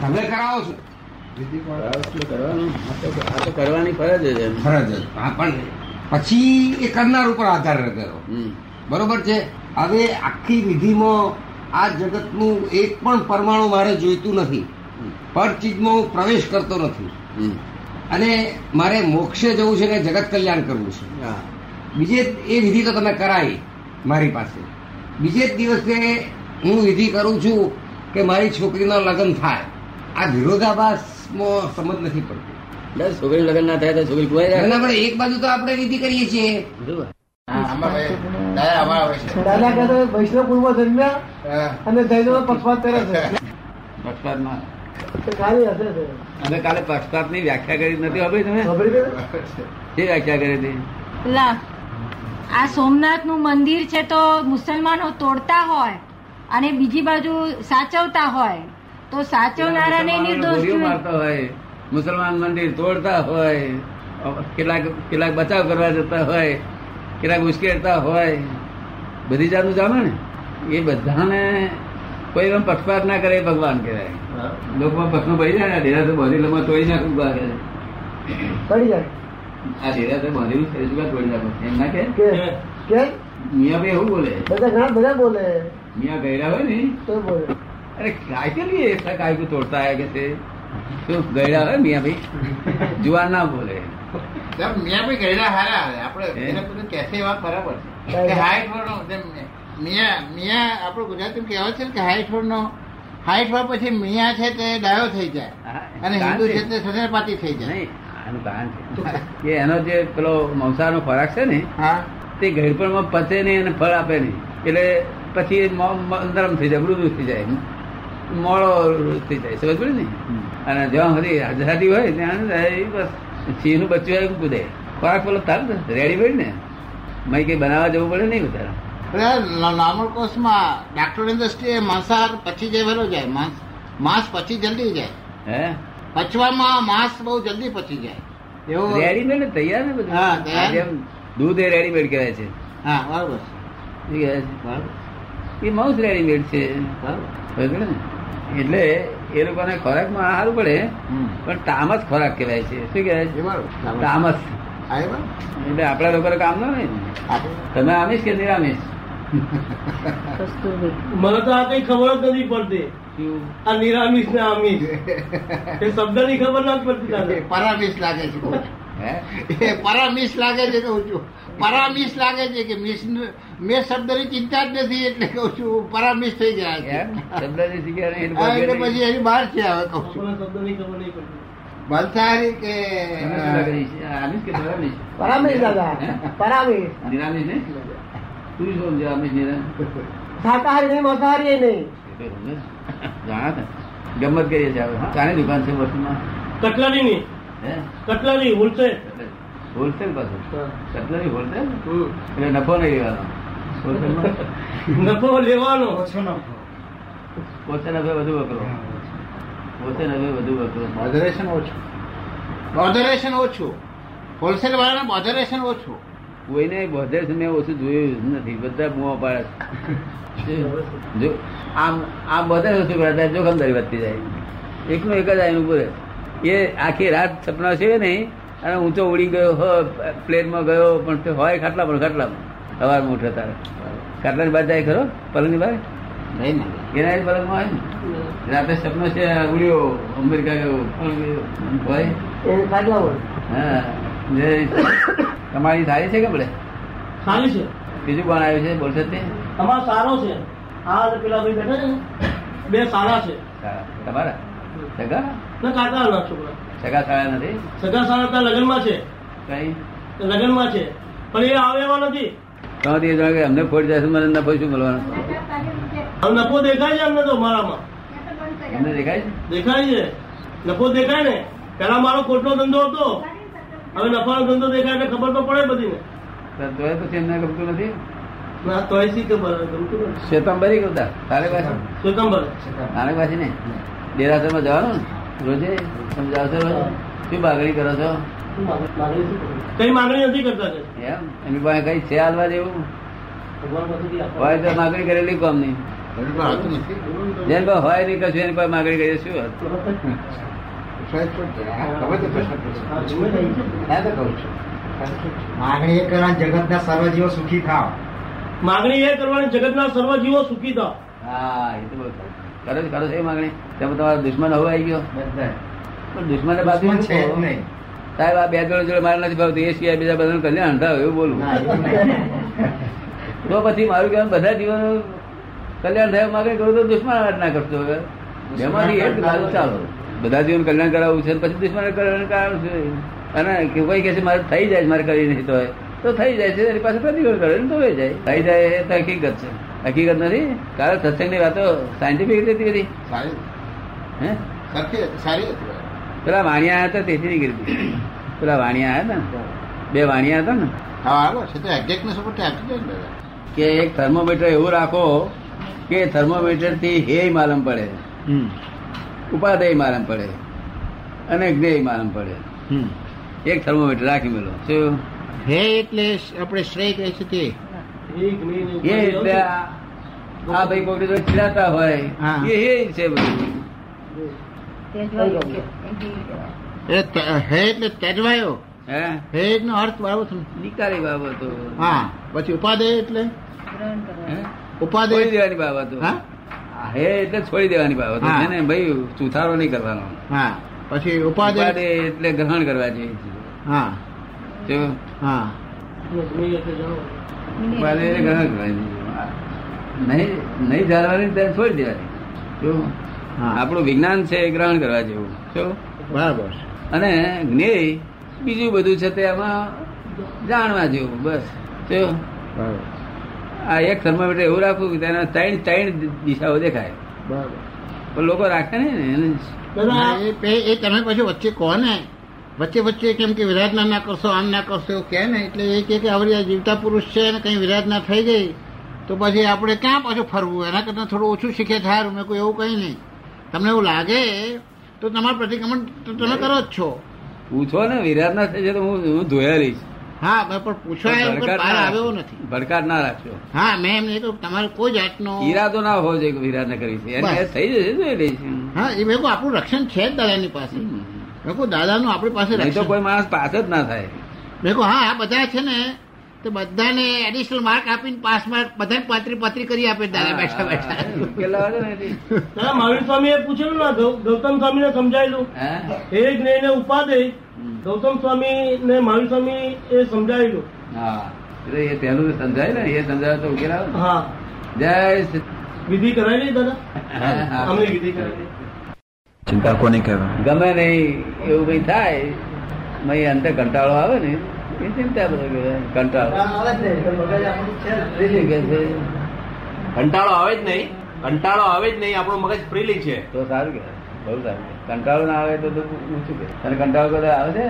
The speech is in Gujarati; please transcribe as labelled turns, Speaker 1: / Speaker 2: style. Speaker 1: તમે કરાવો છો
Speaker 2: વિધિ પણ આવશું કરવાનું. આ તો- આ તો કરવાની ફરજ જ એમ
Speaker 1: ફરજ જ. હા, પણ પછી એ કરનાર ઉપર આધાર રહ્યો
Speaker 2: હમ.
Speaker 1: બરોબર છે હવે આખી વિધિમાં આ જગતનું એક પણ પરમાણુ મારે જોઈતું નથી
Speaker 2: હમ.
Speaker 1: પર ચીજમાં હું પ્રવેશ કરતો નથી
Speaker 2: હમ.
Speaker 1: અને મારે મોક્ષે જવું છે ને જગત કલ્યાણ કરવું છે
Speaker 2: હા.
Speaker 1: બીજે એ વિધિ તો તમે કરાવી મારી પાસે બીજે જ દિવસે હું વિધિ કરું છું કે મારી છોકરીના લગ્ન થાય આ વિરોધાભાસમાં સમજ નથી પડતી
Speaker 2: બસ છોકરી લગ્ન ના થાય તો છોકરી કુવાઈ રહે.
Speaker 1: એના આપણે એક બાજુ તો આપણે વિધિ કરીએ છીએ
Speaker 2: જુઓ.
Speaker 3: દાદા કહેતા હતા, વૈષ્ણવ પૂર્વ જન્મ્યા અને જૈનો પક્ષપાત કર્યા છે તો ખાલી હશે તે.
Speaker 2: અમે કાલે પક્ષપાતની વ્યાખ્યા કરી નથી હવે તમે
Speaker 3: સાંભળી ગયું?
Speaker 2: જે વ્યાખ્યા કરી હતી
Speaker 4: લા આ સોમનાથનું મંદિર છે તો મુસલમાનો તોડતા હોય અને બીજી બાજુ સાચવતા હોય તો સાચવનારાને નિર્દોષ
Speaker 2: ગોળીઓ
Speaker 4: કેવી-
Speaker 2: મારતા હોય મુસલમાન મંદિર તોડતા હોય કેટલાક કેટલાક બચાવ કરવા જતા હોય કેટલાક ઉશ્કેરતા હોય બધી જાતનું જાણો ને એ બધાને કોઈ એમ પક્ષપાત ના કરે એ ભગવાન કહેવાય લોકોમાં પક્ષમાં પડી જાય ને ડેરા તો બાંધી લમાં તોડી નાખું બહાર
Speaker 3: પડી જાય
Speaker 2: આ ડેરા તો બાંધેલું છે શું કામ તોડી નાખું એમ ના કે
Speaker 3: કે કે
Speaker 2: મિયા ભાઈ એવું બોલે
Speaker 3: બધા ઘણા બધા બોલે
Speaker 2: મિયા ગયડા હોય ને
Speaker 3: તો બોલે
Speaker 2: અરે કાય કે લીએ એસા કાય કો તોડતા હે કે તે તો ગયડા હોય મિયા ભાઈ જુવાન ના બોલે
Speaker 5: સાહેબ, મિયાં ભાઈ ગયડા હારા આવે
Speaker 2: હે?
Speaker 5: આપણે એને બધું કહેશે એવા બરાબર છે
Speaker 3: સાહેબ.
Speaker 5: કે હાઈટ વાળો તેમ મિયાં મિયાં આપણો ગુજરાતી કહેવત છે ને કે હાઈટ વાળનો હાઈટ વાળ પછી મિયાં છે તે ડાયો થઈ જાય
Speaker 2: હા,
Speaker 5: અને
Speaker 2: કારણ
Speaker 5: હિન્દુ
Speaker 2: છે.
Speaker 5: છે તે સસરપાતી થઈ જાય
Speaker 2: નહીં, આનું કારણ છે કે એનો જે પેલો માંસાહારનો ખોરાક છે ને
Speaker 5: હા
Speaker 2: તે ગળપણમાં પચે નહીં અને ફળ આપે નહીં એટલે પછી એ મો- મ- નરમ થઈ જાય મૃદુ થઈ જાય મોળો થઈ જાય સમજ પડી ને અને જ્યાં સુધી હાજરી હોય ત્યાં એ બસ સિંહનું બચ્ચું હોય એમ કૂદે ખોરાક પેલો તાર રેડીમેડ ને મેં કઈ બનાવવા જવું પડે નહીં વધારે
Speaker 5: એટલે આ ન- નોર્મલ કોર્સમાં ડાક્ટર ઇન્ડસ્ટ્રીએ માંસાહાર પછી જાય વહેલો જાય માંસ માંસ પછી જલ્દી જાય
Speaker 2: હે
Speaker 5: પચવામાં માંસ બહુ જલ્દી પચી જાય એવું
Speaker 2: રેડીમેડ ને તૈયાર ને બધું
Speaker 5: હા, તૈયાર.
Speaker 2: આ જેમ દૂધ એ રેડીમેડ કહેવાય છે
Speaker 5: હા બરાબર છે.
Speaker 2: શું કહેવાય
Speaker 5: બરાબર
Speaker 2: છે એ માઉસ રેડીમેડ છે
Speaker 5: બરાબર
Speaker 2: સમજ ને એટલે એ લોકોને ખોરાકમાં સારું પડે
Speaker 5: હમ.
Speaker 2: પણ તામસ ખોરાક કહેવાય છે શું કહેવાય
Speaker 5: એ
Speaker 2: છે
Speaker 5: બરાબર
Speaker 2: તામસ
Speaker 5: હા, એ બરાબર.
Speaker 2: એટલે આપણા લોકોને કામ ના હોય ને
Speaker 5: આપણે
Speaker 2: તમે આમીશ કે નિરામીશ
Speaker 6: મને તો આ કઈ ખબર જ નથી પડતી આ નિરામિષ ને આમિષ એ શબ્દ ની ખબર નથી પડતી દાદા
Speaker 5: પરામીસ લાગે છે બહુ.
Speaker 2: હે?
Speaker 5: એ પરામીસ લાગે છે કહું છું પરામીસ લાગે છે કે મિસ મેં શબ્દની ચિંતા જ નથી એટલે કહું છું પરામીસ થઈ ગયા છે
Speaker 2: એમ? શબ્દથી શીખ્યા નહીં,
Speaker 5: હા, એટલે
Speaker 2: એટલે
Speaker 5: પછી એની બહાર છે હવે કહું છું
Speaker 6: આપણને શબ્દ ની ખબર નહીં પડતી
Speaker 5: બંસારી કે
Speaker 2: તમે શું લાગે છે? આમીશ કે નિરામીશ?
Speaker 3: પરામીર દાદા
Speaker 2: હે?
Speaker 3: પરામીર
Speaker 2: નિરામીશ નહીં? તું શું સમજે આમીશ નિરામીશ?
Speaker 3: શાકાહારી નહીં માંસાહારી એ નહીં
Speaker 2: એ તો સમજે. જાણો ને? ગમત કરીએ છીએ હવે કાની દુકાન છે વસ્તુમાં
Speaker 6: કટલારી ની
Speaker 2: હે
Speaker 6: કટલારી હોલસેલ
Speaker 2: હોલસેલ પાછું કટલરી હોલસેલ એટલે નફો નહીં લેવાનો હોલસેલમાં
Speaker 6: નફો લેવાનો
Speaker 2: પોતે નફે વધુ વકરો પોતે નફે વધુ વકરો
Speaker 5: મોડરેશન ઓછું મોડરેશન ઓછું હોલસેલ વાળાને મોડરેશન ઓછું
Speaker 2: કોઈને બધે જ મેં ઓછું જોયું જ નથી બધા બુઆ પાડે છે. જો આમ આમ બધે જ ઓછું કરતા જોખમદારી વધતી જાય એકનું એક જ આવીને બોલે એ આખી રાત સપના છે ને અને ઊંચો ઉડી ગયો હો પ્લેનમાં ગયો પણ તે હોય ખાટલા પણ ખાટલામાં સવારમાં ઉઠે તારે ખાટલાની બહાર જાય ખરો પલંગની બહાર
Speaker 5: નહીં ના
Speaker 2: એના જ પલંગમાં હોય ને રાતે સપનો છે ઉડ્યો અમેરિકા ગયો પણ ગયો. ભાઈ
Speaker 3: એને કાઢલા હોય
Speaker 2: હા જે તમારી સારી છે કે ભલે
Speaker 6: સારી છે
Speaker 2: બીજું કોણ આવ્યું છે બોલશો તે
Speaker 6: અમારો સારો છે આ પેલા ભાઈ બેઠા છે ને બે સારા છે
Speaker 2: સારા. તમારા સગા
Speaker 6: ને કાકા ના છોકરા
Speaker 2: સગા સારા નથી
Speaker 6: સગા સારા હતા લગ્નમાં છે
Speaker 2: કઈ
Speaker 6: લગ્નમાં છે પણ એ આવે એવા નથી
Speaker 2: તમે તે જણા કે અમને ફોડ જશે મને ના પૈસું મળવાનું
Speaker 6: હવે નફો દેખાય છે અમને તો મારામાં
Speaker 2: અમને દેખાય છે
Speaker 6: દેખાય છે નફો દેખાય ને પેલા મારો ખોટનો ધંધો હતો હવે નફાનો ધંધો દેખાય એટલે ખબર તો પડે બધીને
Speaker 2: તો તોય પછી એમને ગમતું નથી
Speaker 6: ના તોય શી ખબર હવે ગમતું નથી.
Speaker 2: શ્વેતાંબરી ગમતા તારે પાસે
Speaker 6: શ્વેતાંબર
Speaker 2: તારે પાસે ને દેરાસરમાં જવાનું ને રોજે સમજાવશો રોજ શું બાગડી કરો છો
Speaker 6: કઈ માંગણી નથી કરતા તે.
Speaker 2: એમ એમની પાસે કઈ છે હાલવા જેવું
Speaker 6: ભગવાન પાસેથી આપવા.
Speaker 2: હોય તો માગણી કરેલી કોમ નહીં
Speaker 5: હજુ તો આવતું નથી
Speaker 2: જેને પાસે હોય નહીં કશું એની પાસે માગણી કરીએ શું હતું?
Speaker 5: સાહેબ શું છે? હા, ખબર છે પ્રશ્ન પૂછો. ના, તો કહું છું. સાહેબ શું છે?
Speaker 7: માગણી એ કરવા જગતના સર્વ જીવો સુખી થાવ
Speaker 6: માગણી એ કરવાની જગતના સર્વ જીવો સુખી થાવ
Speaker 2: હા એ તો બહુ સારું. કરો છો કરો છો એ માગણી તેમાં તમારો દુશ્મન હવે આવી ગયો
Speaker 7: બધા
Speaker 2: પણ દુશ્મને બાજુ
Speaker 7: દુશ્મન છે જ
Speaker 2: મૂકો.
Speaker 7: નહીં
Speaker 2: સાહેબ આ બે જોડે જોડે મારે નથી ભાવતું એ સિવાય બીજા બધાનું કલ્યાણ થાય એવું બોલું
Speaker 7: ના, એવું નહીં.
Speaker 2: તો પછી મારું કહેવાનું બધા જીવન કલ્યાણ થાય માગે કરું તો દુશ્મન હાથ ના કરશો હવે બેમાંથી એક મારું ચાલો બધા જીવન કલ્યાણ કરાવવું છે પછી દુશ્મન કલ્યાણ કરાવવું છે અને કે કોઈ કહે છે મારે થઈ જાય છે, મારે કરી નહીં તો હોય. તો થઈ જાય છે એની પાસે પ્રતિક્રમણ કરે ને તો થઈ જાય થઈ જાય એ તો હકીકત છે હકીકત નથી કારણ સત્સંગની વાતો સાયન્ટિફિક રીતે હતી બધી
Speaker 5: સારી
Speaker 2: હે
Speaker 5: સત્ય સારી હતી વાત.
Speaker 2: પેલા વાણિયા હતા તેથી નહીં કરી પેલા વાણિયા હતા ને બે વાણિયા હતા ને
Speaker 5: હા હાલો છે તો એક્ઝેક્ટનેસ ઉપર તો આપી દે ને દાદા
Speaker 2: કે એક થર્મોમીટર એવું રાખો કે થર્મોમીટર થી હેય માલમ પડે ઉપાધેય માલમ પડે અને જ્ઞેય માલમ પડે એક થર્મોમીટર રાખી મેલો શું
Speaker 5: હે એટલે આપણે શ્રેય કહે છે તે
Speaker 2: એ એટલે આ આ ભાઈ કોઈ દિવસ ખીલાતા હોય
Speaker 5: હા.
Speaker 2: એ હે છે બધું
Speaker 4: તે જો યોગ્ય.
Speaker 5: એ ત- હે એટલે તેજવાયો
Speaker 2: હે
Speaker 5: હે નો અર્થ બરાબર છે ને?
Speaker 2: નિકાલી બાબતો
Speaker 5: હા પછી ઉપાધેય એટલે
Speaker 4: ગ્રહણ કરવા.
Speaker 2: હે? છોડી
Speaker 5: ઉપાધેય
Speaker 2: દેવાની બાબતો
Speaker 5: હા
Speaker 2: હે એટલે છોડી દેવાની બાબતો
Speaker 5: હા.
Speaker 2: હે ને ભાઈ સુથારો નહીં કરવાનો
Speaker 5: હા પછી ઉપાધેય
Speaker 2: ઉપાદેય એટલે ગ્રહણ કરવા જેવી ચીજ.
Speaker 5: હા
Speaker 2: શું?
Speaker 5: હા
Speaker 2: ઉપાદેય એટલે ગ્રહણ કરવા જેવી ચીજ. નહીં નહીં જાણવાની ત્યારે છોડી દેવાની શું?
Speaker 5: હા
Speaker 2: આપણું વિજ્ઞાન છે એ ગ્રહણ કરવા જેવું શું?
Speaker 5: બરાબર છે.
Speaker 2: અને જ્ઞેય બીજું બધું છે તે આમાં જાણવા જેવું બસ શું?
Speaker 5: બરાબર
Speaker 2: આ એક થર્મોમીટર એવું રાખવું કે તેના ત્રણ ત્રણ દિશાઓ દેખાય
Speaker 5: બરાબર
Speaker 2: પણ લોકો રાખે નહીં ને એને
Speaker 5: ના, એ પે- એ તમે પછી વચ્ચે કહો ને વચ્ચે વચ્ચે કેમ કે વિરાધના ના કરશો આમ ના કરશો એવું કહે ને એટલે એ કહે કે આવડી આ જીવતા પુરુષ છે અને કઈ વિરાધના થઈ ગઈ તો પછી આપણે ક્યાં પાછું ફરવું એના કરતાં થોડું ઓછું શીખે સારું મેં કોઈ એવું કંઈ નહીં તમને એવું લાગે તો તમારું પ્રતિક્રમણ તો તમે કરો જ છો
Speaker 2: પૂછો ને વિરાટ ના થઈ જાય તો હું હું ધોયા લઈશ
Speaker 5: હા મેં પણ પૂછવા એવું કંઈ
Speaker 2: ભડકાટ
Speaker 5: બહાર
Speaker 2: ના
Speaker 5: આવ્યો નથી
Speaker 2: ભડકાટ ના રાખશો
Speaker 5: હા મેં એમ નહીં કહ્યું તમારે કોઈ જાતનો
Speaker 2: ઈરાદો ના હોવો જોઈએ કે વિરાટ ને કરી છે એને
Speaker 5: બસ.
Speaker 2: થઈ જશે જોઈ લઈશ
Speaker 5: હા એ મેં કહ્યું આપણું રક્ષણ છે જ દાદાની પાસે મેં કહ્યું દાદાનું આપણી પાસે
Speaker 2: નહીં તો
Speaker 5: રક્ષણ
Speaker 2: કોઈ માણસ પાસ જ ના થાય
Speaker 5: મેં કહ્યું હા આ બધા છે ને તો બધાને એડિશનલ માર્ક આપીને પાસ માર્ક બધાને પાતરી પાતરી કરી આપે દાદા બેઠા બેઠા
Speaker 2: ઉકેલા આવે ને એથી.
Speaker 6: દાદા મહાવીર સ્વામી એ પૂછેલું ને ગૌ- ગૌતમ સ્વામી ને સમજાયેલું
Speaker 2: હા?
Speaker 6: હે જ્ઞેય ને ઉપાધેય ગૌતમ સ્વામી ને મહાવીર સ્વામી એ સમજાયેલું
Speaker 2: હા એટલે એ પહેલું સમજાય ને એ સમજાવે તો ઉકેલ આવે ને.
Speaker 6: હા
Speaker 2: જય શ્રી
Speaker 6: વિધિ કરાયેલી દાદા
Speaker 2: હા.
Speaker 6: અમને વિધિ કરાયેલી
Speaker 8: ચિંતા કોને કહેવાય
Speaker 2: ગમે નહીં એવું કઈ થાય મય અંતે કંટાળો આવે ને એ ચિંતા બધો કહેવાય. કંટાળો શું કહે છે?
Speaker 9: કંટાળો આવે જ નહીં કંટાળો આવે જ નહીં આપણું મગજ ફ્રીલી છે
Speaker 2: તો સારું કહેવાય બહુ સારું કહેવાય. કંટાળો ના આવે તો તો ઊંચું કહેવાય. તને કંટાળો કદાચ આવે છે